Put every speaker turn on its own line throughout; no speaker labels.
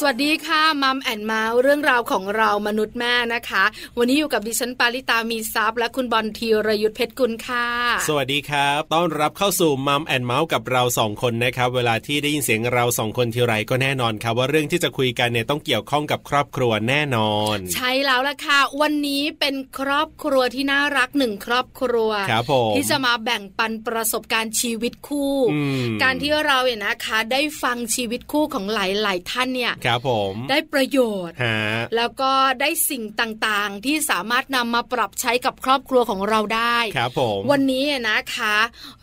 สวัสดีค่ะมัมแอนเมาส์เรื่องราวของเรามนุษย์แม่นะคะ วันนี้อยู่กับดิฉันปาริตามีซัพย์และคุณบอลธีรยุทธเพชรกุลค่ะ
สวัสดีครับ ต้อนรับเข้าสู่มัมแอนเมาส์กับเราสองคนนะครับ เวลาที่ได้ยินเสียงเราสองคนทีไรก็แน่นอนครับ ว่าเรื่องที่จะคุยกันเนี่ยต้องเกี่ยวข้องกับครอบครัวแน่นอน
ใช่แล้วล่ะค่ะ วันนี้เป็นครอบครัวที่น่ารักหนึ่งครอบครัว
ครับผม
ที่จะมาแบ่งปันประสบการณ์ชีวิตคู่
อืม
การที่เราเนี่ยนะคะ ได้ฟังชีวิตคู่ของหลายๆท่านเนี่ย
ครับผม
ได้ประโยชน์
ฮะ
แล้วก็ได้สิ่งต่างๆ ที่สามารถนำมาปรับใช้กับครอบครัวของเราได้
ครับผม
วันนี้นะคะ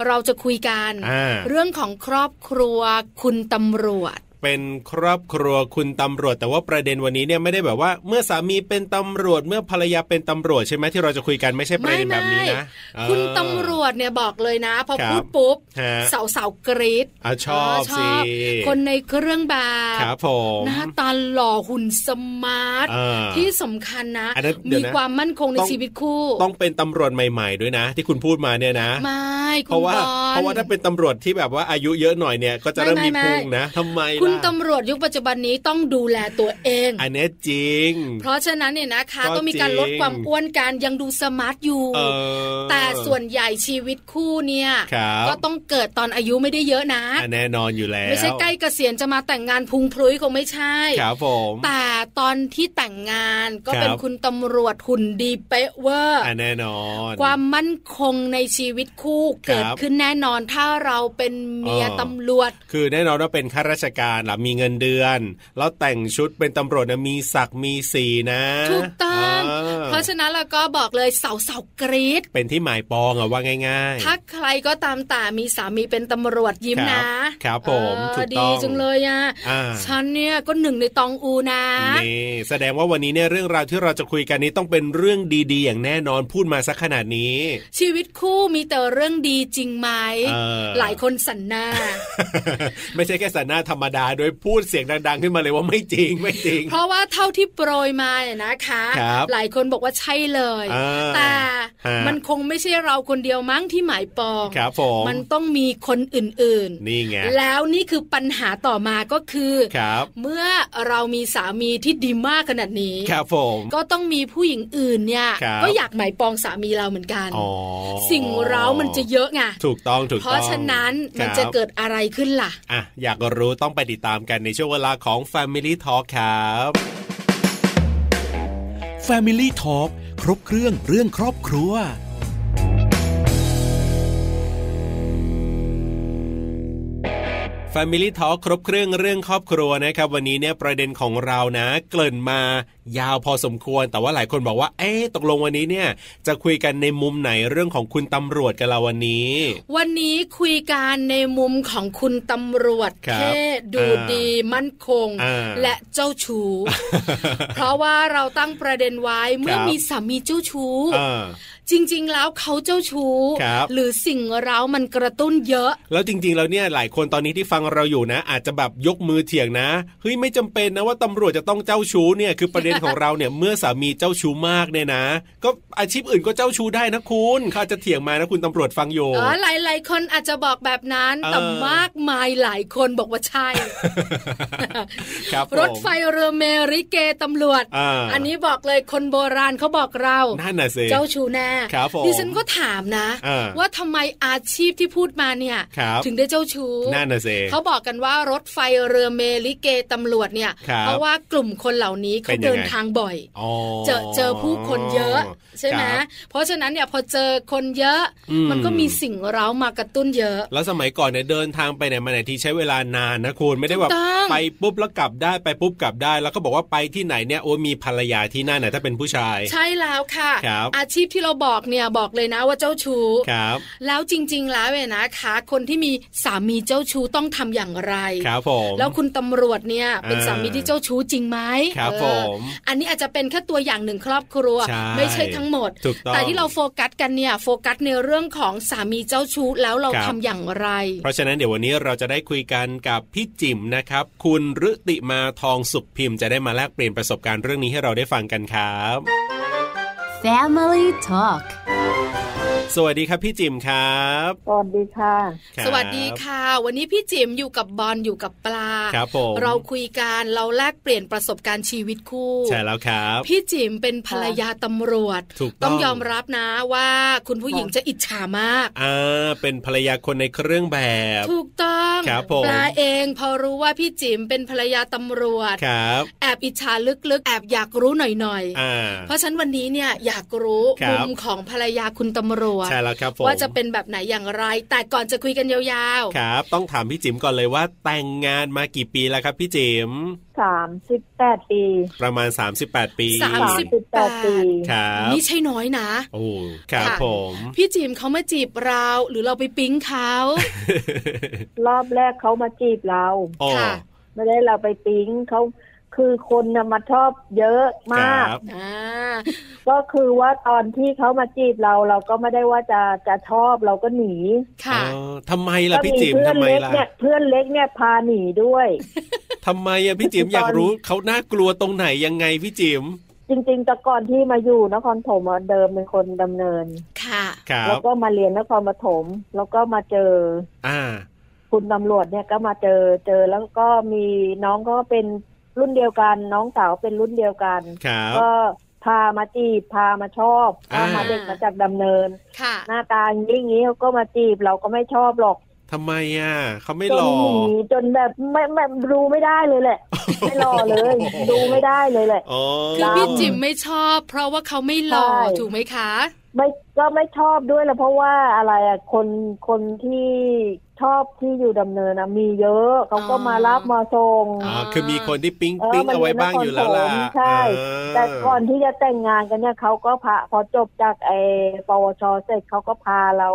เราจะคุยกัน
อ่า
เรื่องของครอบครัวคุณตำรวจ
เป็นครอบครัวคุณตำรวจ แต่ว่าประเด็นวันนี้เนี่ยไม่ได้แบบว่า เมื่อสามีเป็นตำรวจเมื่อภรรยาเป็นตำรวจใช่ไหมที่เราจะคุยกันไม่ใช่ประเด็นแบบนี้นะเออ
คุณตำรวจเนี่ยบอกเลยนะ พอ
ครั
พู
บ
ดปุ๊บ
ฮะ
สาวสาวๆกรีด
อ่ะชอบ
เช
สิ
อบคนในเครื่องแบ
ครับ บผม
หน้าตาหล่อหุ่นสมาร์ท
เออ
ที่สำคัญนะ
อันนั้นเดี๋
มี
ยวนะ
ความมั่นคงใน
ต้อง
ชีวิตคู่
ต้องเป็นตำรวจใหม่ ๆ ด้วยนะ ที่คุณพูดมาเนี่ยนะ
ไม่
เพ
คุณ
ราะว่า
บอล
เพราะว่าถ้าเป็นตำรวจที่แบบว่าอายุเยอะหน่อยเนี่ยก็จะเริ่ม
ไม่
มี
ไม่
พุงนะทำไมล่ะ
คุณตำรวจยุคปัจจุบันนี้ต้องดูแลตัวเอง
อันเนี้ยจริง
เพราะฉะนั้นเนี่ยนะคะ
ก็
ต้องมีการลด
จริง
ความอ้วนกันยังดูสมาร์ทอยู่
เออ
แต่ส่วนใหญ่ชีวิตคู่เนี่ย
ครับ
ก็ต้องเกิดตอนอายุไม่ได้เยอะนะ
อ่ะแน่นอนอยู่แล้ว
ไม่ใช่ใกล้เกษียณจะมาแต่งงานพุงพลุยคงไม่ใช่
ครับผม
แต่ตอนที่แต่งงานก็
ครับ
เป็นคุณตำรวจหุ่นดีเป๊ะเวอร์
อ่ะแน่นอน
ความมั่นคงในชีวิตคู่เกิดขึ้นแน่นอนถ้าเราเป็นเมีย
เออ
ตำรวจ
คือแน่นอนว่าเป็นข้าราชการล่ะมีเงินเดือน แล้วแต่งชุดเป็นตำรวจนะมีศักดิ์มีสีนะ
ถูกต้อง
อ
เพราะฉะนั้นเราก็บอกเลยสาวสาวๆกรีด
เป็นที่หมายปองอะว่าง่าย
ถ้าใครก็ตามแต่มีสามีเป็นตำรวจยิ้มนะครับ
ครับผม
เออ
ถูกต้
ดี
อง
จังเลยอ่ะ
ๆอ่า
ฉันเนี่ยก็หนึ่งในตองอูนะ
นี่แสดงว่าวันนี้เนี่ยเรื่องราวที่เราจะคุยกันนี้ต้องเป็นเรื่องดีๆ อย่างแน่นอนพูดมาสักขนาดนี้
ชีวิตคู่มีแต่เรื่องดีจริงไหม
เออ
หลายคนสันหน้า
ไม่ใช่แค่สันหน้าธรรมดาโดยพูดเสียงดัง ๆ ขึ้นมาเลยว่าไม่จริง ไม่จริง
เพราะว่าเท่าที่โปรยมาเนี่ยนะคะ
ครับ
หลายคนบอกว่าใช่เลย
อ่า
แต่
ฮะ
มันคงไม่ใช่เราคนเดียวมั้งที่หมายปอง
ครับผม
มันต้องมีคนอื่น
นี่ไง
ๆ แล้วนี่คือปัญหาต่อมาก็คือ
ครับ
เมื่อเรามีสามีที่ดีมากขนาดนี้
ครับผม
ก็ต้องมีผู้หญิงอื่นเนี่ย
ครับ
ก็อยากหมายปองสามีเราเหมือนกัน
อ๋อ
สิ่งเร้ามันจะเยอะไง
ถูกต้องถูก
เพ
ต้อง
ราะฉะนั้นมัน
ครับ
จะเกิดอะไรขึ้นล่ะ
อ่ะอยากรู้ต้องไปติดตามกันในช่วงเวลาของ Family Talk ครับ
Family Talk ครบเครื่องเรื่องครอบครัว
Family Talk ครบเครื่องเรื่องครอบครัวนะครับ วันนี้เนี่ยประเด็นของเรานะ เกริ่นมายาวพอสมควร แต่ว่าหลายคนบอกว่า เอ๊ะตกลงวันนี้เนี่ย จะคุยกันในมุมไหนเรื่องของคุณตำรวจกันละวันนี้
วันนี้คุยการในมุมของคุณตำรวจ
ครับ
เท่ดู
อ่า
ดีมั่นคง
อ่า
และเจ้าชู้ เพราะว่าเราตั้งประเด็นไว้เมื่อ
ครับ
มีสามีเจ้าชู้
เออ
จริงๆแล้วเขาเจ้าชู้
ครับ
หรือสิ่งเร้ามันกระตุ้นเยอะ
แล้วจริงๆ แล้วเนี่ยหลายคนตอนนี้ที่ฟังเราอยู่นะ อาจจะแบบยกมือเถียงนะเฮ้ยไม่จำเป็นนะว่าตำรวจจะต้องเจ้าชู้เนี่ยคือประเด็นของเราเนี่ย เมื่อสามีเจ้าชู้มากเนี่ยนะ ก็อาชีพอื่นก็เจ้าชู้ได้นะคุณเขาอาจจะเถียงมานะคุณตำรวจฟังอยู่
เออหลาย ๆ คนอาจจะบอกแบบนั้น
เออ
แต่มากมายหลายคนบอกว่าใช่
ครับผม
รถไฟเรือเมริเกตำรวจ
อา
อันนี้บอกเลยคนโบราณเขาบอกเรา
นั่นน่ะสิ
เจ้าชูแน่
ครับผม
ดิฉันก็ถามนะ
อ่า
ว่าทำไมอาชีพที่พูดมาเนี่ย
ครับ
ถึงได้เจ้าชู้
นั่นน่ะสิ
เขาบอกกันว่ารถไฟเรือเมลิเกตำรวจเนี่ย
ครับ
เพราะว่ากลุ่มคนเหล่านี้เขา
เป็นยังไง
เดินทางบ่อย
อ๋อ
เจอเจอผู้คนเยอะ ใช่ไหม
ครับ
เพราะฉะนั้นเนี่ยพอเจอคนเยอะ
อืม
มันก็มีสิ่งเร้ามากระตุ้นเยอะ
แล้วสมัยก่อนเนี่ยเดินทางไปไหนมาไหนที่ใช้เวลานานนะคุณไม่ได้แบบ
ถูกต้อง
ไปปุ๊บแล้วกลับได้ไปปุ๊บกลับได้ แล้วก็บอกว่าไปที่ไหนเนี่ยโอ้มีภรรยาที่นั่นนะถ้าเป็นผู้ชาย
ใช่แล้วค่ะ
ครับ
อาชีพที่เราบอกเนี่ยบอกเลยนะว่าเจ้าชู้
ครับ
แล้วจริง ๆ แล้วเนี่ยนะคะ คนที่มีสามีเจ้าชู้ต้องทำอย่างไร
ครับผม
แล้วคุณตำรวจเนี่ยเป็น
อ่า
สามีที่เจ้าชู้จริงไหม
ครับ
เออ
ผม
อันนี้อาจจะเป็นแค่ตัวอย่างหนึ่งครอบครัว
ใช่
ไม่ใช่ทั้งหมด
ถูกต้อง
แต่ที่เราโฟกัสกันเนี่ยโฟกัสในเรื่องของสามีเจ้าชู้แล้วเรา
ครับ
ทำอย่างไร
เพราะฉะนั้นเดี๋ยววันนี้เราจะได้คุยกันกับพี่จิมนะครับ คุณรุติมาทองสุขพิมพ์จะได้มาแลกเปลี่ยนประสบการณ์เรื่องนี้ให้เราได้ฟังกันครับ
Family Talk
สวัสดีครับพี่จิมครับ
สวัสดีค่ะ
ครับ
สวัสดีค่ะ วันนี้พี่จิมอยู่กับบอลอยู่กับปลา
ครับผม
เราคุยกันเราแลกเปลี่ยนประสบการณ์ชีวิตคู่
ใช่แล้วครับ
พี่จิมเป็นภรรยาตำรวจ
ถูกต้
ต้
อ
อง งยอมรับนะว่าคุณผู้หญิงจะอิจฉามาก
อ่าเป็นภรรยาคนในเครื่องแบบ
ถูกต้อง
ครับผม
ปลาเองพอรู้ว่าพี่จิมเป็นภรรยาตำรวจ
ครับ
แอบอิจฉาลึกๆ แอบอยากรู้หน่อย
อ่า
ๆ เพราะฉะนั้นวันนี้เนี่ยอยากรู้
ครับ
มุมของภรรยาคุณตำรวจ
ใช่แล้วครับผม
ว่าจะเป็นแบบไหนอย่างไร แต่ก่อนจะคุยกันยาว
ครับ ต้องถามพี่จิมก่อนเลยว่า แต่งงานมากี่ปีแล้วครับพี่จิม
สามสิบแปดปี
ประมาณ 38 ปี
สาม
สาม
สิบ
สิบแปดปี
ครับ
ๆ นี่ใช่น้อยนะ
โอ้ครับ
ค่ะ
ผม
พี่จิมเขามาจีบเราหรือเราไปปิ๊งเขา
รอบแรกเขามาจีบเรา
อ๋อ
ค่ะ
ไม่ได้เราไปปิ๊งเขาคือคนนะมาชอบเยอะมาก
ครับ
อ่า
ก็คือว่าตอนที่เขามาจีบเรา เราก็ไม่ได้ว่าจะจะชอบเราก็หนี
ค่ะ
อ๋อทำไมล่ะพี่จิม
เพื่อ
ทำ
น
ไม
เล็ก
ล่ะ
เนี่ยเพื่อนเล็กเนี่ยพาหนีด้วย
ทำไมอะพี่จิมอยากรู้เขาน่ากลัวตรงไหนยังไงพี่จิม
จริงๆแต่ก่อนที่มาอยู่นครปฐมอะเดิมเป็นคนดำเนิน
ค่ะ
ครั
แล้ว
บ
ก็มาเรียนนครปฐมแล้วก็มาเจอ
อ่า
คุณตำรวจเนี่ยก็มาเจอเจอแล้วก็มีน้องก็เป็นรุ่นเดียวกัน น้องสาวเป็นรุ่นเดียวกัน
ครับ
ก็พามาจีบพามาชอบ
อ่า
พามาเด็กมาจากดำเนิน
ค่ะ
หน้าตาอย่างนี้อย่างนี้เขาก็มาจีบเราก็ไม่ชอบหรอก
ทำไมอะเขาไม่
จ
ห
น
ล่อ
หนีจนแบบไม่ไม่ดูไม่ได้เลยแหละ ไม่รอเลย ดูไม่ได้เลยแหละ
อ๋อ
คือพี่จิมไม่ชอบ เพราะว่าเขาไม่หล่อ
ใช่
ถูกไหมคะ
ไม่ก็ไม่ชอบด้วยละเพราะว่าอะไรอ่ะคนคนที่ชอบที่อยู่ดำเนินนะมีเยอะเขาก็มารับมาส่ง
อ๋อ
อ่า
คือมีคนที่ปิ๊ง
เออ
ปิ๊ง
มัน
เอาไว้บ้างอยู่แล้วล่ะ
มีนครปฐมใช่
อ่า
แต่ก่อนที่จะแต่งงานกันเนี่ยเขาก็พาพอจบจากไอปวชเสร็จเขาก็พาเรา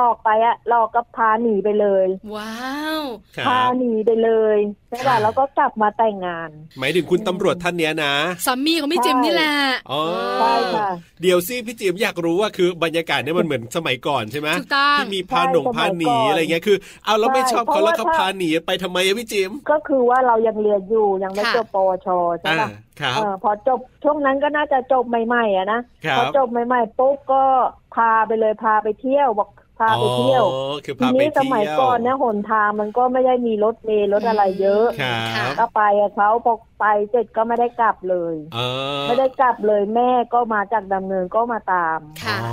ลอกไปอะลอกก็พาหนีไปเลย
ว้าว
ค
พา
รับ
หนีไปเลยใช่
ครั
ป่ะ
บ
แล้วก็กลับมาแต่งงาน
หมายถึงคุณตำรวจท่านเนี้ยนะ
สามีของพี่จิมนี่แหละ
อ๋อ
ใช่ค่ะ
เดี๋ยวสิพี่จิมอยากรู้ว่าคือบรรยากาศเนี่ยมันเหมือนสมัยก่อนใช่ไหม
ถูกต้อง
ที่มีพาหนง
ใช่
พาหนี
สมัยก่อน
อะไรเงี้ยคือเอาแล้วไม่ชอบ
ใช่
เขาแล้วเขา
เพราะว่า
พาหนีไปทำไมอะพี่จิม
ก็คือว่าเรายังเรียนอยู่ยังไม่จบปวชใช่
อ่า
ป่ะ
ครับ
เออพอจบช่วงนั้นก็น่าจะจบใหม่ๆอะนะครับ พอจบใหม่ๆปุ๊บก็พาไปเลยพาไปเที่ยวบอกพาไปเที่ยว
อ๋อคือ
ที
พาไป
นี้
เที่ยว
สมัยก่อนเนี่ยหนทางมันก็ไม่ได้มีรถเมล์รถอะไรเยอะ
ครั
ค่ะ
บ
ก็ไปกับเขาพอไปเสร็จก็ไม่ได้กลับเลย
เออ
ไม่ได้กลับเลยแม่ก็มาจากดำเนินก็มาตาม
ค่ะ
อ๋อ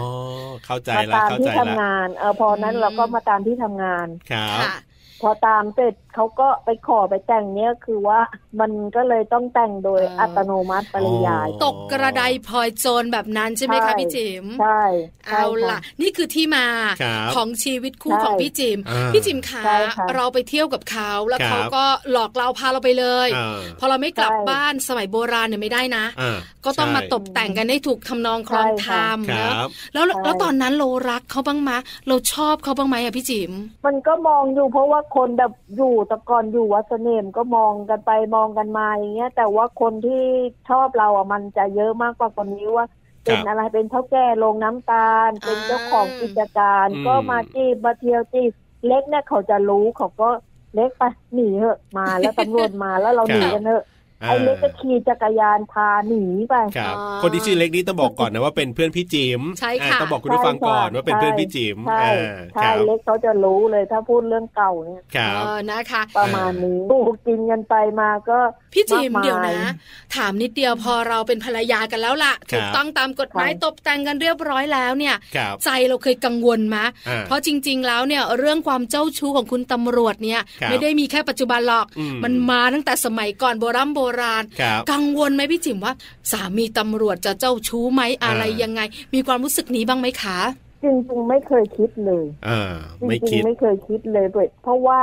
เข้าใจ
มา
ละ
ตาม
เข้าใจ
ที่ทำ
ละ
งานเออพอนั้น
อืม
เราก็มาตามที่ทำงาน
ครับ
ค่ะ
พอตามเสร็จเขาก็ไปขอไปแต่งเนี้ยคือว่ามันก็เลยต้องแต่งโดย
เอออั
อัตโนมัติปริยาย
อ๋อ
ตกกระไดพลอยโจรแบบนั้นใช่ไหม
ใช่
คะพี่จิม
ใช่ใช่
เอาล่ะ
ค่ะ
นี่คือที่มา
ครับ
ของชีวิตคู่
ใช่
ของพี่จิม
อ่า
พี่จิมขา
ใช่ค่ะ
เราไปเที่ยวกับเขาแล้ว
ครับ
เขาก็หลอกเราพาเราไปเลย
อ่า
พอเราไม่กลับ
ใช่
บ้านสมัยโบราณเนี่ยไม่ได้นะ
อ่า
ก็ต้องมา
ใช่
ตบแต่งกันให้ถูกทำนองครองธรรม
ค
นะ
รับ
แล้วแล้ว
ใช่
แล้วตอนนั้นเรารักเขาบ้างมะเราชอบเขาบ้างไหมอะพี่จิม
มันก็มองอยู่เพราะว่าคนแบบอยู่แต่ก่อนอยู่วัดเสน่ห์มนก็มองกันไปมองกันมาอย่างเงี้ย แต่ว่าคนที่ชอบเราอ่ะมันจะเยอะมากกว่าคนนี้ว่า เป็นอะไรเป็นเท่าแก่โรงน้ำตาล
อ่า
เป็นเจ้าของกิจการ
อืม
ก็มาจีบมาเที่ยวจีบเล็กเนี่ยเขาจะรู้เขาก็เล็กไปหนีเหอะมาแล้วตำรวจมาแล้วเราหนีกันเหอะไอ้เล็กก็ขี่จักรยานพาหนีไป
ครับ
อ๋อ
คนที่ชื่อเล็กนี้ต้องบอกก่อนนะว่าเป็นเพื่อนพี่จิม
ใช่ค่ะ
อ่าต้องบอกคุณผู้ฟังก่อน
ใช่
ว่าเป็นเพื่อนพี่จิม
ใช่
อ่า
ใช่
ครับ
เล็กเขาจะรู้เลยถ้าพูดเรื่องเก่าเนี่ย
ครับ
เออนะคะ
ประมาณนี้ถูกกินกันไปมาก็
พี่จิม
มากมาย
เดี๋ยวนะ ถามนิดเดียวพอเราเป็นภรรยากันแล้วล่ะ
ครับ
ถูกต้องตามกฎหมาย
ครับ
ตบแต่งกันเรียบร้อยแล้วเนี่ย
ครับ
ใจเราเคยกังวลมะ
อ่
เพราะจริง ๆ แล้วเนี่ยเรื่องความเจ้าชู้ของคุณตำรวจเนี่ย
ครับ
ไม่ได้มีแค่ปัจจุบันหรอก
อืม
มันมาตั้งแต่สมัยก่อนโบรำโบราณ
ครับ
กังวลไหมพี่จิมว่า สามีตำรวจจะเจ้าชู้ไหมอะไร
อ่ายั
ยังไง มีความรู้สึกนี้บ้างไหมคะ
จริงๆไม่เคยคิดเลย
อ่า
จริ
ไม่คิด
งๆไม่เคยคิดเลยด้วยเพราะว่า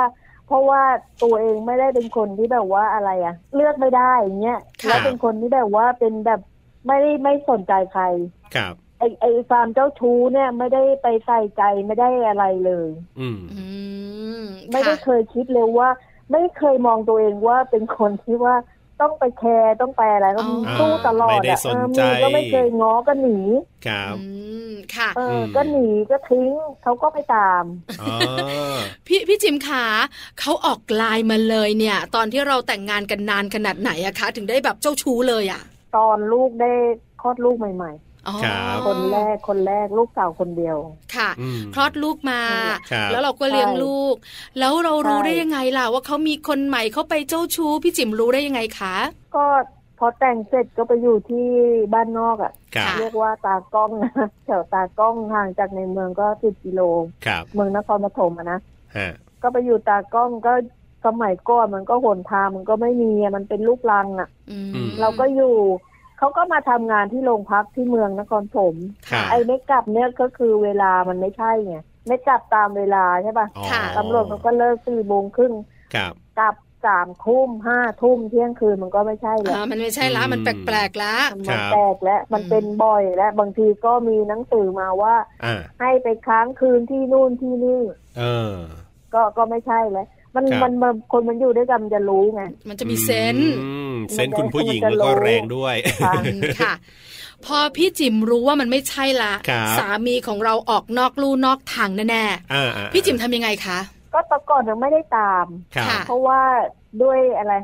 เพราะว่าตัวเองไม่ได้เป็นคนที่แบบว่าอะไรอะเลือกไม่ได้อย่างเงี้ย
ค่ะ
แล้วเป็นคนที่แบบว่าเป็นแบบไม่ได้ไม่สนใจใคร
ครับ
ไอไอความเจ้าชู้เนี่ยไม่ได้ไปใส่ใจไม่ได้อะไรเลย
อืม
อืม
ไม่ได้
ค่ะ
เคยคิดเลยว่า ไม่เคยมองตัวเองว่าเป็นคนที่ว่าต้องไปแคร์ต้องไปอะไรต้อง
อ๋อ
สู้ตลอด
ไม่ได้
อะ
ส
เอน อ
ใจ
มีก็ไม่เคยง้อก็หนี
ครับ
อืมค่ะ
เอออ
ม
ก็หนีก็ทิ้งเขาก็ไปตาม
อ๋อ
พี่พี่จิมขาเขาออกไลน์มาเลยเนี่ย ตอนที่เราแต่งงานกันนานขนาดไหนอะคะ ถึงได้แบบเจ้าชู้เลยอะ
ตอนลูกได้คลอดลูกใหม่
อ๋อ
ครับ
คนแรกคนแรกลูกสาวคนเดียว
ค่ะ
อืม
คลอดลูกมา
ครับ
แล้วเราก็เลี้ยงลูก แล้วเรารู้
ใช่
ได้ยังไงล่ะว่าเขามีคนใหม่เขาไปเจ้าชู้พี่จิ๋มรู้ได้ยังไงคะ
ก็พอแต่งเสร็จก็ไปอยู่ที่บ้านนอกอะ
ครั
ค่ะ
บ
เรียกว่าตากล้อง แถวตากล้องห่างจากในเมืองก็สิบกิโล
ครับ
เมืองนครปฐมอะนะ
ฮะ
ก็ไปอยู่ตากล้องก็สมัยก่อนมันก็หนทางมันก็ไม่มีอะมันเป็นลูกลังอะ
อืม
เราก็อยู่เขาก็มาทำงานที่โรงพักที่เมืองนครผม
ค่ะ
ไอ้ไม่กลับเนี่ยก็คือเวลามันไม่ใช่ไงไม่กลับตามเวลาใช่ปะ
อ๋อ
ตำรวจเขาก็เลิกสี่โมงครึ่ง
ครับ
กลับสามทุ่มห้าทุ่มเที่ยงคืนมันก็ไม่ใช่แหละ
อ่ามันไม่ใช่ละ
อืม
มันแปลกๆละ
ครั
มัน
บ
แตกแล้วมันเป็นบ่อยแล้วบางทีก็มีหนังสือมาว่า
อ่า
ให้ไปค้างคืนที่นู่นที่นี่
เออ
ก็ก็ไม่ใช่แล้วมัน
ครับ
มันมันคนมันอยู่ด้วยกันมันจะรู้ไง
มันจะมีเซนส์
อืมเซนส์คุณผู้หญิงแล้วก็แรงด้วย
ค่ะ
อืมค่ะ พอพี่จิ๋มรู้ว่ามันไม่ใช่ละ
ครับ
สามีของเราออกนอกลู่นอกทางแน่
อ่าๆ
ๆพี่จิ๋มทำยังไงคะ
ก็แตะก่อนยังไม่ได้ตาม
ครับ
เพราะว่าด้วยอะไร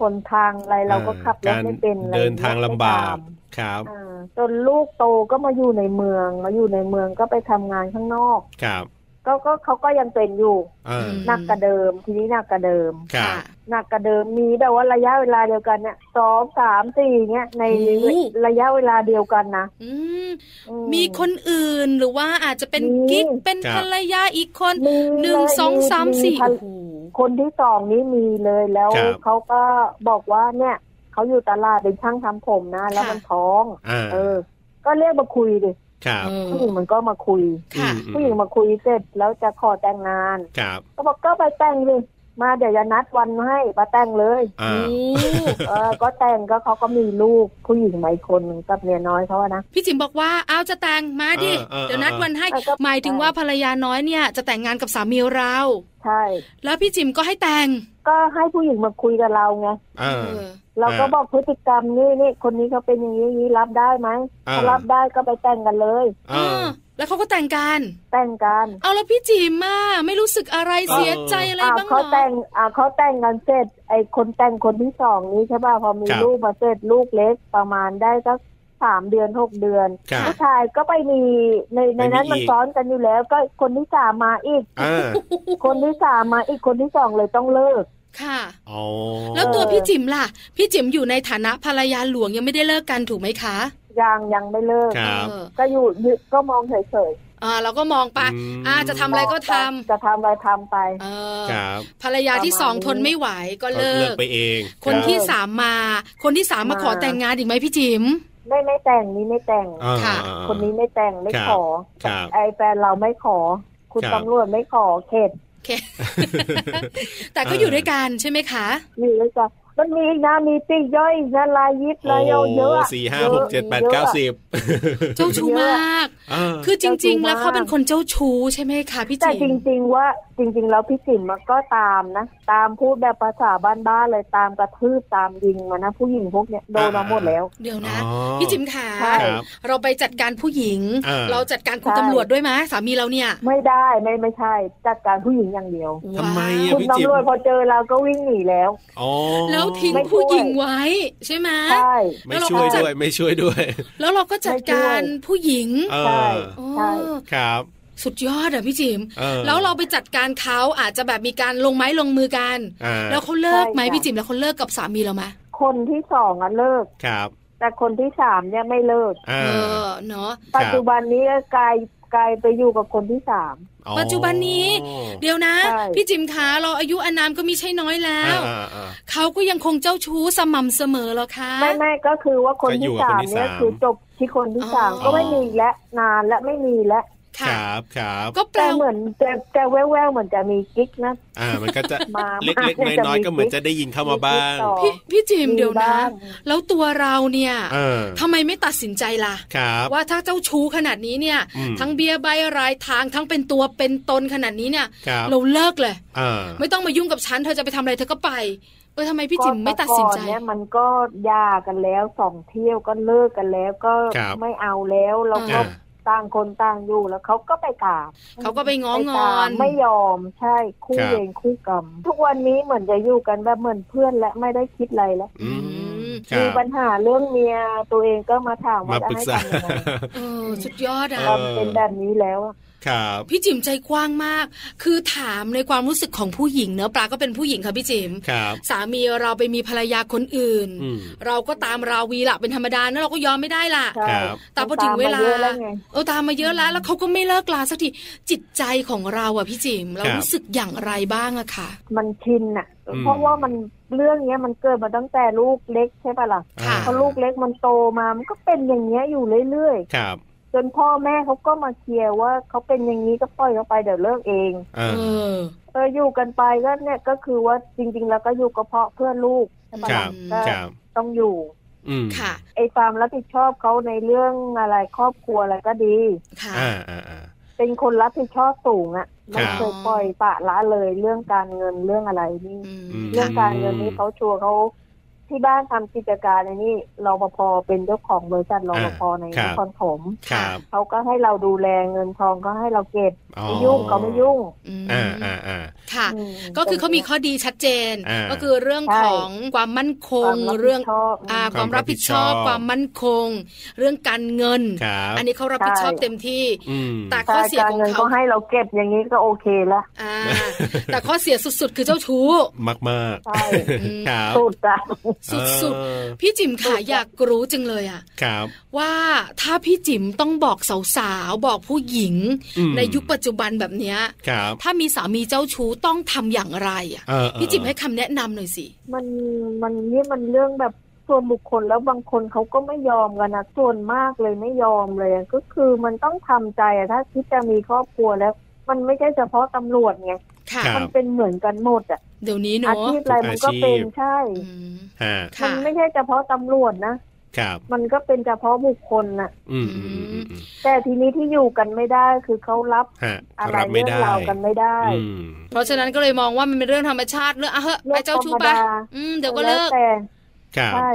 ผลทางอะไรเราก็ขับรถไม่เป็นอะไร
เดินทางลำบาก
ไม่ตม
ครับ
อ่าจนลูกโตก็มาอยู่ในเมือง มาอยู่ในเมืองก็ไปทำงานข้างนอก
ครับ
ก็ก็เขาก็ยังเป็นอยู่
อ่า
หนักกระเดิม ทีนี้หนักกระเดิม
ครับ
หนักกระเดิมมีแบบว่าระยะเวลาเดียวกันเนี่ยสองสามสี่เนี่ยในระยะเวลาเดียวกันนะ
อืม
อื
มีคนอื่นหรือว่าอาจจะเป็น
มี
กิ๊กเป็น
ครับ
ภรรยาอีกคน
มี
หนึ่ง
เลย
สองสามสี่
พัน คนที่สองนี้มีเลยแล้ว
ครับ
เขาก็บอกว่าเนี่ยเขาอยู่ตลาดเป็นช่างทำผมนะ แล้วมันท้อง
อ่า
เออ ก็เรียกมาคุยดิ
ครับ
เออ
ผู้หญิงมันก็มาคุย
ค่ะ
อืม
ผู้หญิงมาคุยเสร็จแล้วจะขอแต่งงาน
ครับ
ก็บอกก็ไปแต่งดิมาเดี๋ยวจะนัดวันให้มาแต่งเลย
อ่า
เออ ก็แต่งก็เขาก็มีลูกผู้หญิงใหม่คนหนึ่งกับเมียน้อยเขาอะนะ
พี่จิ๋มบอกว่าเอาจะแต่งมาดิ
เออเออ
เดี๋ยวนัด
เออ
วันให้
เออก็
หมายถึงว่าภรรยาน้อยเนี่ยจะแต่งงานกับสามีเรา
ใช่
แล้วพี่จิ๋มก็ให้แต่ง
ก็ให้ผู้หญิงมาคุยกับเราไง
อ่า
เออ
เราก็
อ่า
บอกพฤติกรรมนี่นี่คนนี้เขาเป็นอย่างนี้อย่างนี้รับได้ไหม
อ่า
ถ้ารับได้ก็ไปแต่งกันเลย
เออ แล้วเขาก็แต่งกัน
แต่งกัน
เอาแล้วพี่จิ๋มมาไม่รู้สึกอะไร
เออ
เสียใจอะไร
อ่า
บ้างเหร
เขาแต่
อง
อ่าเขาแต่งกันเสร็จไอคนแต่งคนที่สองนี้ใช่ป่ะพอมี
ครับ
ลูกมาเสร็จลูกเล็กประมาณได้สักสามเดือนหกเดือน
ครับ
ผู้ชายก็ไปมีในในนั้น
ไปมีอีก
มันซ้อนกันอยู่แล้ว ก็คนที่สามมาอีก
อ่า
คนที่สามมาอีกคนที่สองเลยต้องเลิก
ค่ะ
อ๋อ
แล้วตัวพี่จิ๋มล่ะ พี่จิ๋มอยู่ในฐานะภรรยาหลวงยังไม่ได้เลิกกันถูกไหมคะ
ยังยังไม่เลิก
ครับ
เออ
ก็อยู่ยึดก็มองเฉย
อ่าเราก็มองไป
อืม
อ่าจะทำอะไรก็ทำ
จะทำอะไรทำไป
เออ
ครับ
ภรรยาที่สองทนไม่ไหวก็เลิก
ไปเอง
คน
รับ
ที่สามมา คนที่สามมาขอแต่งงานอีกไหมพี่จิ๋ม
ไม่ไม่แต่งนี้ไม่แต่ง
อ่า
ค่ะ
คนนี้ไม่แต่งไม่
ครับ
ขอ
ครับ
ไอแฟนเราไม่ขอ คุณ
ครับ
ตำรวจไม่ขอเขต
โอเค แต่ก็อยู่ด้วยกันใช่ไหมคะ
มีเลยจ้ะมันมีอีกนะมีปีกย่อยอีกนะลายยิบลายเยาเยอะ
โอ้
อะ
สี่ห้าหกเจ็ดแปดเก้าสิบ
เจ้าชู้มาก
อ่า
คือจริง ๆ แล้วเขาเป็นคนเจ้าชู้ใช่ไหมคะพี่
แต่จ
จิ๋ม
ริง ๆ ว่าจริง ๆ แล้วพี่จิ๋มมันก็ตามนะ ตามพูดแบบภาษาบ้านๆเลยตามกระทืบตามยิงมานะ ผู้หญิงพวกเนี้ยโดนมาหมดแล้ว
เดี๋ยวนะ
อ๋อ
พี่จิ๋มขา
ใช่
ครับ
เราไปจัดการผู้หญิง
อ่า
เราจัดการคุณ
ใช่
ตำรวจด้วยไหมสามีเราเนี่ย
ไม่ได้ไม่ไม่ใช่จัดการผู้หญิงอย่างเดียว
ทำไมอะ
ว้าว
คุณ
พี่จิ๋ม
ตำรวจพอเจอเราก็วิ่งหนีแล้ว
อ๋อ
แล้วทิ้ง
ไม่
ผู้หญิงไว้ใช่ไหม
ใช่
ไม่ช่วยด้วยไม่ช่วยด้วย
แล้วเราก็จัดการผู้หญิง
เอ
ใช่
อ
โอ้
ใช่
ครับ
สุดยอดอะพี่จิ๋ม
ออ
แล้วเราไปจัดการเขาอาจจะแบบมีการลงไม้ลงมือกัน
อ่า
แล้วเขาเลิกไหม
ใช่ค่ะ
พี่จิ๋มแล้วเขาเลิกกับสามีเราไหม
คนที่สองอะเลิก
ครับ
แต่คนที่สามเนี่ยไม่เลิก
อ่า
เออเนาะ
ครับ
ปัจจุบันนี้ก็กลายกลายไปอยู่กับคนที่สาม
อ๋อ
ปัจจุบันนี้ เดี๋ยวนะ
ใช่
พี่จิมขาเราอายุอานามก็มีใช่น้อยแล้ว
อ่าอ่าอ่า
เขาก็ยังคงเจ้าชู้สม่ำเสมอเหรอคะ
ไม่ไม่ก็คือว่าคน
ก็อยู่
ที่
กับค
สา
นที่
มเนี่ย
สาม
คือจบที่คนที่สาม
อ๋อ
ก็ไม่มีอีกและนานและไม่มีแล้ว
ค
ค่ะ
รับครับ
ก็แปล
แต่เหมื
ว่า
อนแต่แต่แววๆเหมือนจะมีกิ๊กนะ
อ่ามันก็จะ
มา
เล็ก
มา
ๆน้อยๆ
จะมี
ก็เหมือนจะได้ยินเข้ามาบ้าง
มีติดต่อ
พี่พี่จิมเดี๋ยวนะ
บ้าง
แล้วตัวเราเนี่ย
เออ
ทำไมไม่ตัดสินใจล่ะ
ครับ
ว่าถ้าเจ้าชู้ขนาดนี้เนี่ย
อืม
ทั้งเบียร์ใบรายทางทั้งเป็นตัวเป็นตนขนาดนี้เนี่ย
ครับ
เราเลิกเลย
อ่า
ไม่ต้องมายุ่งกับฉันเธอจะไปทำอะไรเธอก็ไปเออทำไมพี่จิมไม่ตัดสินใจ
ก็แต่ก่อเนี่ยมันก็หย่ากันแล้วสองเที่ยวก็เลิกกันแล้วก็
ครับ
ไม่เอาแล้วเราก็
อ่า
ต่างคนต่างอยู่แล้วเขาก็ไปกราบ
เขาก็ไปง้อง
ป
อก
ราบ
น
ไม่ยอมใช่คู่
ครับ
เวรคู่กรรมทุกวันนี้เหมือนจะอยู่กันแบบเหมือนเพื่อนและไม่ได้คิดอะไรแล้ว
อืมค
มี
รับ
ปัญหาเรื่องเมียตัวเองก็มาถาม
มา
ว่าจะ
ปรึก
ให้
ษา
ทำยังไง
เออสุดยอดอ่ะ
เออ
เป็นแบบนี้แล้วอะ
ครับ
พี่จิ๋มใจกว้างมาก คือถามในความรู้สึกของผู้หญิงเนอะปลาก็เป็นผู้หญิงค่ะพี่จิ๋ม
ครับ
สามีเราไปมีภรรยาคนอื่น
อืม
เราก็ตามราวีละเป็นธรรมดานะเราก็ยอมไม่ได้ละ
ใช่
ครับ
แต่พอถึงเวลา
ตมมยอะแไง
เออตามมาเยอะแล้วแล้วเขาก็ไม่เลิกลาสักทีจิตใจของเราอะพี่จิม๋มเรา
ครับ
รู้สึกอย่างไรบ้างอะค่ะ
มันชินอ่ะ
อืม
เพราะว่ามันเรื่องเนี้ยมันเกิดมาตั้งแต่ลูกเล็กใช่ปะล่ะ
ค่ะ
พอลูกเล็กมันโตมามันก็เป็นอย่างเงี้ยอยู่เรื่อย
ครับ
ๆจนพ่อแม่เขาก็มาเคลียร์ว่าเขาเป็นอย่างนี้ก็ปล่อยเขาไปเดี๋ยวเลิกเอง
อ่า
เออ
เอออยู่กันไปก็เนี่ยก็คือว่าจริง ๆ แล้วก็อยู่กระเพาะเพื่อลูกใช่ปะ
ครับ
ล่ะก็
ครับ
ต้องอยู่
อืม
ค่ะ
ไอ้ความรับผิดชอบเขาในเรื่องอะไรครอบครัวอะไรก็ดี
ค่ะ
อ่าอ่าอ่า
เป็นคนรับผิดชอบสูงอะไม่
ครับ
เคยปล่อยปละละเลยเรื่องการเงินเรื่องอะไรนี่
อืม
อืม
เรื่องการเงินนี้เขาชัวร์เขาที่บ้านทำกิจการในนี่รปภเป็นเจ้าของบริษัทรปภใน
ครั
น
บ
ครปฐม
ครับ
เขาก็ให้เราดูแลเงินทองก็ให้เราเก็บ
อ๋อ
ไม่ยุ่งเขาไม่ยุ่ง
อืม
อ่าอ่าอ่า
ค่ะ
อืม
ก็คือเขามีข้อดีชัดเจน
อ่า
ก็คือเรื่องของความมั่นค
ค
ง
วามบผิด
เรื่อง
ชอบ
อ่าค
คาว
วาม ม
รั
รั
บบ ผิ
ผิ
ด
ด
ช
ช
อ
อบ บ ความมั่นคง เรื่องการเงิน
ครับ
อันนี้เขารับผิดชอบเต็มที่
อืม
แต่ข้
ใช่
อเสีย
การ
ของ
เงิน
เขา
ก็ให้เราเก็บอย่างนี้ก็โอเคละ
อ่า แต่ข้อเสียสุดๆ คือเจ้าชู้
มากมากๆ
ใช่
ครับ
สุดอะ
สุด
เออ
ๆ พี่จิ๋มค่ะอยากรู้จังเลยอะ
ครับ
ว่าถ้าพี่จิ๋มต้องบอกสาวๆ บอกผู้หญิง
อืม
ในยุคปัจจุบันแบบเนี้ย
ครับ
ถ้ามีสามีเจ้าชู้ต้องทำอย่างไรอะ
เออเออ
พี่จิ๋มให้คำแนะนำหน่อยสิ
มันมันนี่มันเรื่องแบบส่วนบุคคลแล้วบางคนเขาก็ไม่ยอมกันนะส่วนมากเลยไม่ยอมเลยอะก็คือมันต้องทำใจอะถ้าคิดจะมีครอบครัวแล้ว มันไม่ใช่เฉพาะตำรวจไง
ค่ะ
ครับ
มันเป็นเหมือนกันหมดอะ
เดี๋ยวนี้
อา
เนาะ
ชีพอะไรมันก็
ทุกอาชีพ
เป็นใช่
อืม
ฮะ
มั
ค่ะ
นไม่ใช่เฉพาะตำรวจนะครับ มันก็เป็นเฉพาะบุคคลน่ะ
อืมอืมอืมอืมอืม
แต่ทีนี้ที่อยู่กันไม่ได้คือเขารับ
ฮะ
อะไร
รับไม่
เรื่อง
ได้
ราวกันไม่ได้
อืม
เพราะฉะนั้นก็เลยมองว่ามันเป็นเรื่องธรรมชาติเรื่องอ่ะเหอะ
เรื่
ไป
อง
เจ้าชู้ไป
ธรรมดา
อืมเดี๋ยวก็เลิ
แว
ก
แต่
ครับ
ใช่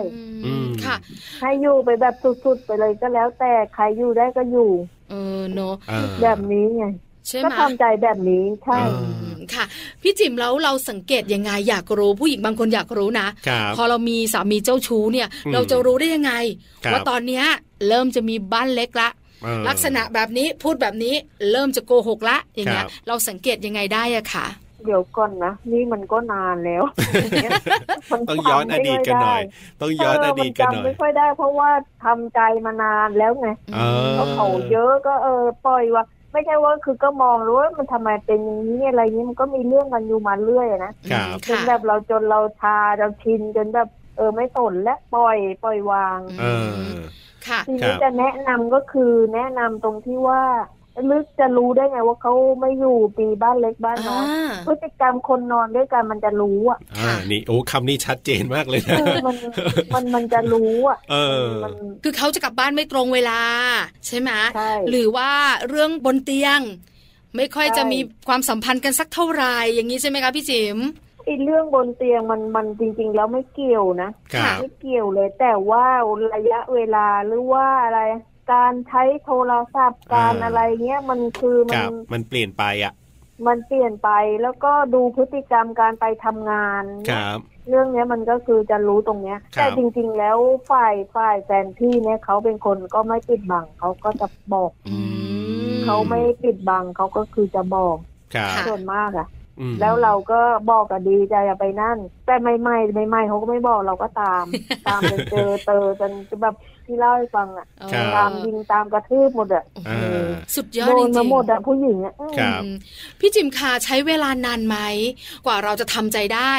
อืมค่ะ
ให้อยู่ไปแบบสุดๆไปเลยก็แล้ว แต่ใครอยู่ได้ก็อยู่
เออเนอะ
เออ
แบบนี้ไง
ใช่
ก็
ไหม
ทำใจแบบนี้ใช่
เอ
อืมค่ะ พี่จิ๋มแล้วเราสังเกตยังไงอยากรู้ผู้หญิงบางคนอยากรู้นะ
ครับ
พอเรามีสามีเจ้าชู้เนี่ย
อืม
เราจะรู้ได้ยังไง
ครับ
ว่าตอนเนี้ยเริ่มจะมีบ้านเล็กละ
เออ
ลักษณะแบบนี้พูดแบบนี้เริ่มจะโกหกละอย่างเงี้
ค
ย
รับ
เราสังเกตยังไงได้อะค่ะ
เดี๋ยวก่อนนะ นี่มันก็นาน แล้วมั
ต้องย้อนอดีตกันหน่อย ต้องย้อนอดีตกันหน่อย
เมันจำไม่ค่อยได้ เพราะว่าทำใจมานานแล้วไง
เออ
ก็เขาเยอะก็เออปล่อยว่า ไม่ใช่ว่าคือก็มองรู้ว่ามันทำไมเป็นอย่างนี้อะไรนี้มันก็มีเรื่องกันอยู่มาเรื่อยอะนะครับ จนแบบเราจนเราชาเราชินจนแบบเออไม่สนและปล่อยปล่อยวาง
อืม
เออ
ค่ะ
ที
ครั
นี้
บ
จะแนะนำก็คือแนะนำตรงที่ว่าลึกจะรู้ได้ไงว่าเขาไม่อยู่ปีบ้านเล็กบ้านน้อย พฤติกรรมคนนอนด้วยกันมันจะรู้อ่ะ
อ่า นี่โอ้คำนี้ชัดเจนมากเลยนะ
คือมันมันมันจะรู้อ่ะ
เออ
มัน
คือเขาจะกลับบ้านไม่ตรงเวลา ใช่ไหม
ใช่
หรือว่าเรื่องบนเตียง ไม่ค่อย
ใช่
จะมีความสัมพันธ์กันสักเท่าไหร่อย่างนี้ใช่ไหมคะพี่จิ๋ม
ไอ้เรื่องบนเตียงมันมันจริง ๆ แล้วไม่เกี่ยวนะครับ ไม่เกี่ยวเลย แต่ว่าระยะเวลาหรือว่าอะไร การใช้โทรศัพท์การ
อ่า
อะไรเงี้ยมันคือ
ค
มัน
รับ มันเปลี่ยนไปอ่ะ
มันเปลี่ยนไปแล้วก็ดูพฤติกรรมการไปทำงาน
ครับ
เรื่องเนี้ยมันก็คือจะรู้ตรงเนี้ย
ครับ
แต่จริง ๆ แล้วฝ่ายฝ่ายแฟนพี่เนี่ยเขาเป็นคนก็ไม่ปิดบังเขาก็จะบอก
อืม
เขาไม่ปิดบังเขาก็คือจะบอก
ครับ
ส่วนมากอะ
อืม
แล้วเราก็บอกอะดีใจอะไปนั่น แต่ใหม่ๆใหม่ๆเขาก็ไม่บอกเราก็ตาม ตามไปเจอเจอจนแบบที่เล่าให้ฟังอะ
ครับ
ตามยิงตามกระทืบหมดอะ
โอ้โห
อ่า
สุดยอด
โด
จ
น
ริ
มาง หมดอะผู้หญิงอะอืม
ครับ
อืมพี่จิมคาใช้เวลานานไหม กว่าเราจะทำใจได้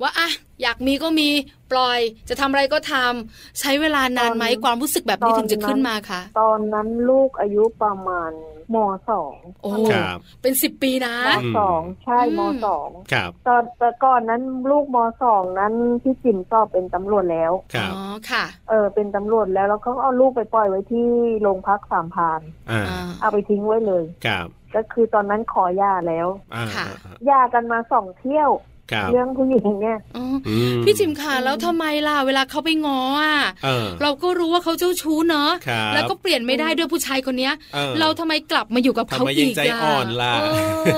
ว่าอะอยากมีก็มีปล่อย จะทำอะไรก็ทำใช้เวลานานไหมความรู้สึกแบบนี้ถึงจะขึ้นมาคะ
ตอนนั้นลูกอายุประมาณมสอง
โอ้
ครับ
เป็นสิบปีนะ
มสองใช่ม
อืม
สอง
ครับ
ตอนแต่ก่อนนั้นลูกมสองนั้นพี่จิ๋มสอบเป็นตำรวจแล้ว
ครับ
อ๋อค่ะ
เออเป็นตำรวจแล้วแล้วเขาก็เอาลูกไปปล่อยไว้ที่โรงพักสามพราน
อ่า
อ่า
เอาไปทิ้งไว้เลย
ครับ
ก็คือตอนนั้นขอหย่าแล้ว
อ่า
ค่ะ
หย่ากันมาสองเที่ยว
ครับ
เรื่องผู้หญิงเนี่ย
อ๋อ
อืม
พี่จิมค่ะแล้วทำไมล่ะเวลาเขาไปง้ออ่ะ
เออ
เราก็รู้ว่าเขาเจ้าชู้เนอะ
ครับ
แล้วก็เปลี่ยนไม่ได้ด้วยผู้ชายคนเนี้ย
ออ
เราทำไมกลับมาอยู่กับเขา
ทำไมยั
อี
ง
ก
ใจอ่อนล่ะ
เอ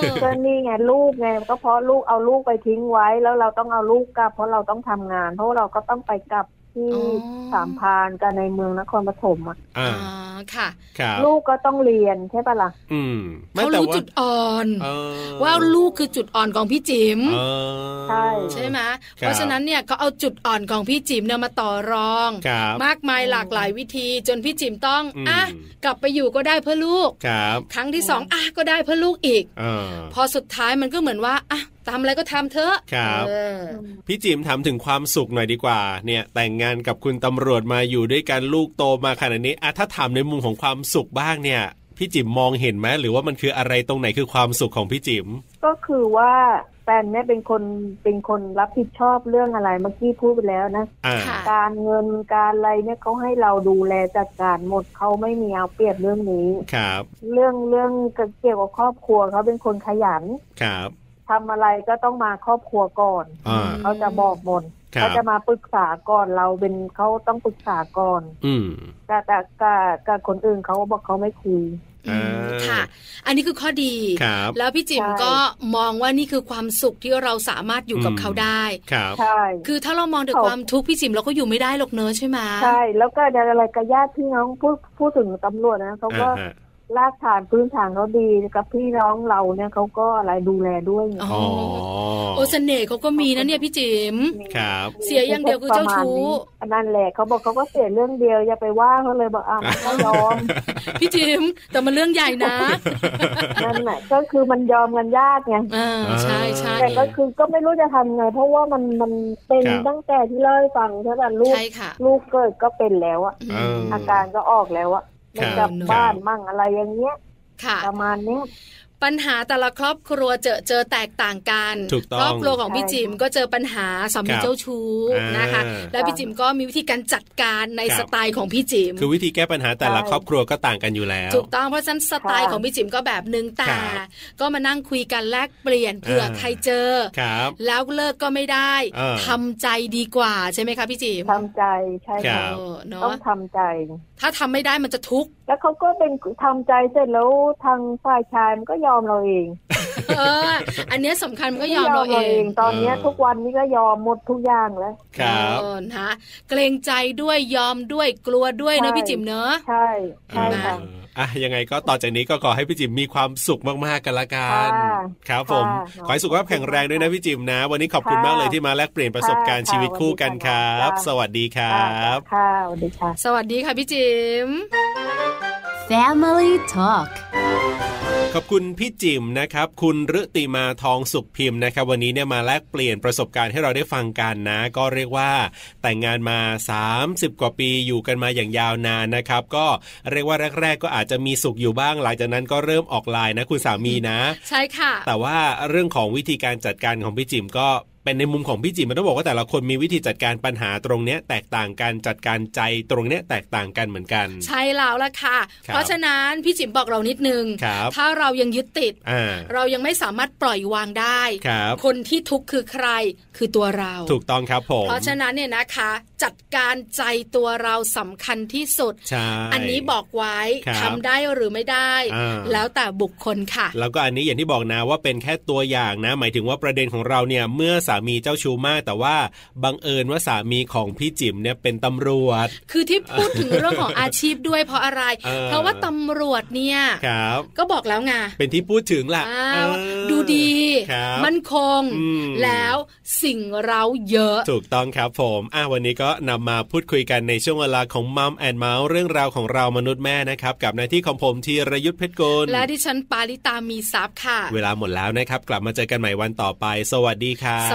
อ
ก็นี่ไงลูกไงก็เพราะลูกเอาลูกไปทิ้งไว้แล้วเราต้องเอาลูกกลับ เพราะเราต้องทำงาน เพราะเราก็ต้องไปกลับที่
อ๋อ
สามพรานกันในเมืองนครปฐมอะ
อ่า
อ่าค่ะ
ครับ
ลูกก็ต้องเรียนใช่ปะล่ะ
อืมไม่
เขา
แต่
รู้
ว่า
จุดอ่อน
เออ
ว่าลูกคือจุดอ่อนของพี่จิม
เออ
ใช่ไหม
ครับ
เพราะฉะนั้นเนี่ยก็เอาจุดอ่อนของพี่จิมเนี่ยมาต่อรอง
ครับ
มากมายหลากหลายวิธีจนพี่จิมต้อง
อืม
อ่ะกลับไปอยู่ก็ได้เพื่อลูก
ครับ
ครั้งที่สองอ่ะก็ได้เพื่อลูกอีก
เออ
พอสุดท้ายมันก็เหมือนว่าอ่ะทำอะไรก็ทำเถอะ
ครับ
เออ
พี่จิมถามถึงความสุขหน่อยดีกว่า เนี่ย แต่งงานกับคุณตำรวจมาอยู่ด้วยกันลูกโตมาขนาดนี้อะถ้าถามในมุมของความสุขบ้างเนี่ย พี่จิมมองเห็นไหมหรือว่ามันคืออะไรตรงไหนคือความสุขของพี่จิม
ก็คือว่าแฟนเนี่ยเป็นคนเป็นคนรับผิดชอบเรื่องอะไรเมื่อกี้พูดไปแล้วนะ
อ่า
ค่ะ
การเงินการอะไรเนี่ยเขาให้เราดูแลจัดการหมดเขาไม่มีเอาเปรียบเรื่องนี้
ครับ
เรื่องเรื่องเกี่ยวกับครอบครัวเขาเป็นคนขยัน
ครับ
ทำอะไรก็ต้องมาครอบครัวก่อน
อ่า
เขาจะบอกหมด
ครั
เขา
บ
จะมาปรึกษาก่อนเราเป็นเขาต้องปรึกษาก่อน
อืม
แต่แต่กับกับคนอื่นเขาบอกเขาไม่คุย
อื
อ่าม
ค่ะ อันนี้คือข้อดี
ครับ
แล้วพี่จิม
ใช่
ก็มองว่านี่คือความสุขที่เราสามารถอยู่กับ
อืม
เขาได้
ครับ
ใช่
คือถ้าเรามองแต่ความทุกข์พี่จิมเราก็อยู่ไม่ได้หรอกเนอะใช่ไหม
ใช่ แล้วก็อะไรกับญาติพี่น้องพูดพูดถึงตำรวจนะเขาก็
อ่าฮะ
รากฐานพื้นฐานเขาดีกับพี่น้องเราเนี่ยเขาก็อะไรดูแลด้วยไง
อ๋อ
อ๋อ
โอเสน่ห์เขาก็มีนะเนี่ยพี่จิม
ครับ
เสียอย่างเดียวคือเจ้าชู้
ประมาณนี้อันนั่นแหละเขาบอกเขาก็เสียเรื่องเดียวอย่าไปว่าเขาเลยบอกอ่ะเขายอม
พี่จิมแต่มันเรื่องใหญ่นะ
นั่นแหละก็คือมันยอมกันยากไง
อ่าใช่ใช่
แต่ก็คือก็ไม่รู้จะทำไง เพราะว่ามันมันเป็น
ครับ
ตั้งแต่ที่เล่าให้ฟังใช่ป่ะลูก
ใช่ค่ะ
ลูกเกิดก็เป็นแล้วอะ
เออ
อาการก็ออกแล้วอะ
ครั
ไม่
บ
กลับบ้าน
ครับ
มั่งอะไรอย่างเงี้ย
ค่ะ
ประมาณเนี้ย
ปัญหาแต่ละครอบครัวเจอเจอแตกต่างกัน
ถูกต้อง
ครอบครัวของพี่
ใช่
จิมก็เจอปัญหาสามี
ครับ
เจ้าชู้นะคะ
อ่า
แล้วพี่จิมก็มีวิธีการจัดการใน
ครับ
สไตล์ของพี่จิม
คือวิธีแก้ปัญหาแต่ละครอบครัวก็ต่างกันอยู่แล้ว
ถูกต้องเพราะฉะนั้นสไตล์ของพี่จิมก็แบบหนึ่งแต่
ครับ
ก็มานั่งคุยกันแลกเปลี่ยนเผื่ออา ใครเจอ
ครับ
แล้วเลิกก็ไม่ได้
เออ
ทำใจดีกว่าใช่ไหมคะพี่จิม
ทำใจใช่
ครั
ค่ะ
บ
เออเนาะ
ต้องทำใจ
ถ้าทำไม่ได้มันจะทุกข์
แล้วเขาก็เป็นทำใจเสร็จแล้วทางฝ่ายชายมันก็ยอมเราเอง
เออ อันเนี้ยสำคัญมันก็ยอมเราเอง
ตอนเนี้ย
เออ
ทุกวันนี้ก็ยอมหมดทุกอย่างแล้ว
ครับ
เออนะเกรงใจด้วยยอมด้วยกลัวด้วย
ใช่
นะพี่จิมเนอะ
ใช่ใช่
เออ
ค่ะ
เอออ่ะยังไงก็ต่อจากนี้ก็ขอให้พี่จิมมีความสุขมากๆกันละกัน
ค่ะ
ครับผม
ค่ะ
ขอให้สุขภาพแข็งแรงด้วยนะพี่จิมนะ วันนี้ขอบคุณ
ค่ะ
มากเลยที่มาแลกเปลี่ยนประสบการณ์
ค่ะ
ชีวิตคู่กันครับ
ค่ะ
สวัสดีครับ
ค่ะสวัสดีค่ะ
สวัสดีค่ะพี่จิม
Family Talk
ขอบคุณพี่จิมนะครับ คุณฤติมาทองสุขพิมพ์นะครับ วันนี้เนี่ยมาแลกเปลี่ยนประสบการณ์ให้เราได้ฟังกันนะ ก็เรียกว่าแต่งงานมา 30 กว่าปีอยู่กันมาอย่างยาวนานนะครับ ก็เรียกว่าแรก ๆ ก็อาจจะมีสุขอยู่บ้างหลังจากนั้นก็เริ่มออกลายนะ คุณสามีนะ
ใช่ค่ะ
แต่ว่าเรื่องของวิธีการจัดการของพี่จิมก็เป็นในมุมของพี่จิมมันต้องบอกว่าแต่ละคนมีวิธีจัดการปัญหาตรงเนี้ยแตกต่างกันจัดการใจตรงเนี้ยแตกต่างกันเหมือนกัน
ใช่แล้วล่ะค่ะ
ครับ
เพราะฉะนั้นพี่จิมบอกเรานิดนึง
ครับ
ถ้าเรายังยึดติด
อ่า
เรายังไม่สามารถปล่อยวางได้
ครับ
คนที่ทุกข์คือใครคือตัวเรา
ถูกต้องครับผม
เพราะฉะนั้นเนี่ยนะคะ จัดการใจตัวเราสำคัญที่สุด
ใช่
อันนี้บอกไว้
ครับ
ทำได้หรือไม่ได้
อ่า
แล้วแต่บุคคลค่ะ
แล้วก็อันนี้อย่างที่บอกนะว่าเป็นแค่ตัวอย่างนะ หมายถึงว่าประเด็นของเราเนี่ยเมื่อสามีเจ้าชู้มาก แต่ว่าบังเอิญว่าสามีของพี่จิมเนี่ยเป็นตำรวจ
คือที่พูดถึงเรื่องของอาชีพด้วยเพราะอะไร
เออ
เพราะว่าตำรวจเนี่ย
ครับ
ก็บอกแล้วไง
เป็นที่พูดถึงล่ะ
อ่าว่า
เออ
ดูดี
ครับ
มั่นคง
อืม
แล้วสิ่งเราเยอะ
ถูกต้องครับผมอ่ะวันนี้ก็นำมาพูดคุยกันในช่วงเวลาของมัมแอนเมาส์เรื่องราวของเรามนุษย์แม่นะครับ กับหน้าที่ของผมธีรยุทธเพชรกุล
และดิฉันปาริตามีซับค่ะ
เวลาหมดแล้วนะครับ กลับมาเจอกันใหม่วันต่อไป สวัสดีครับ
ส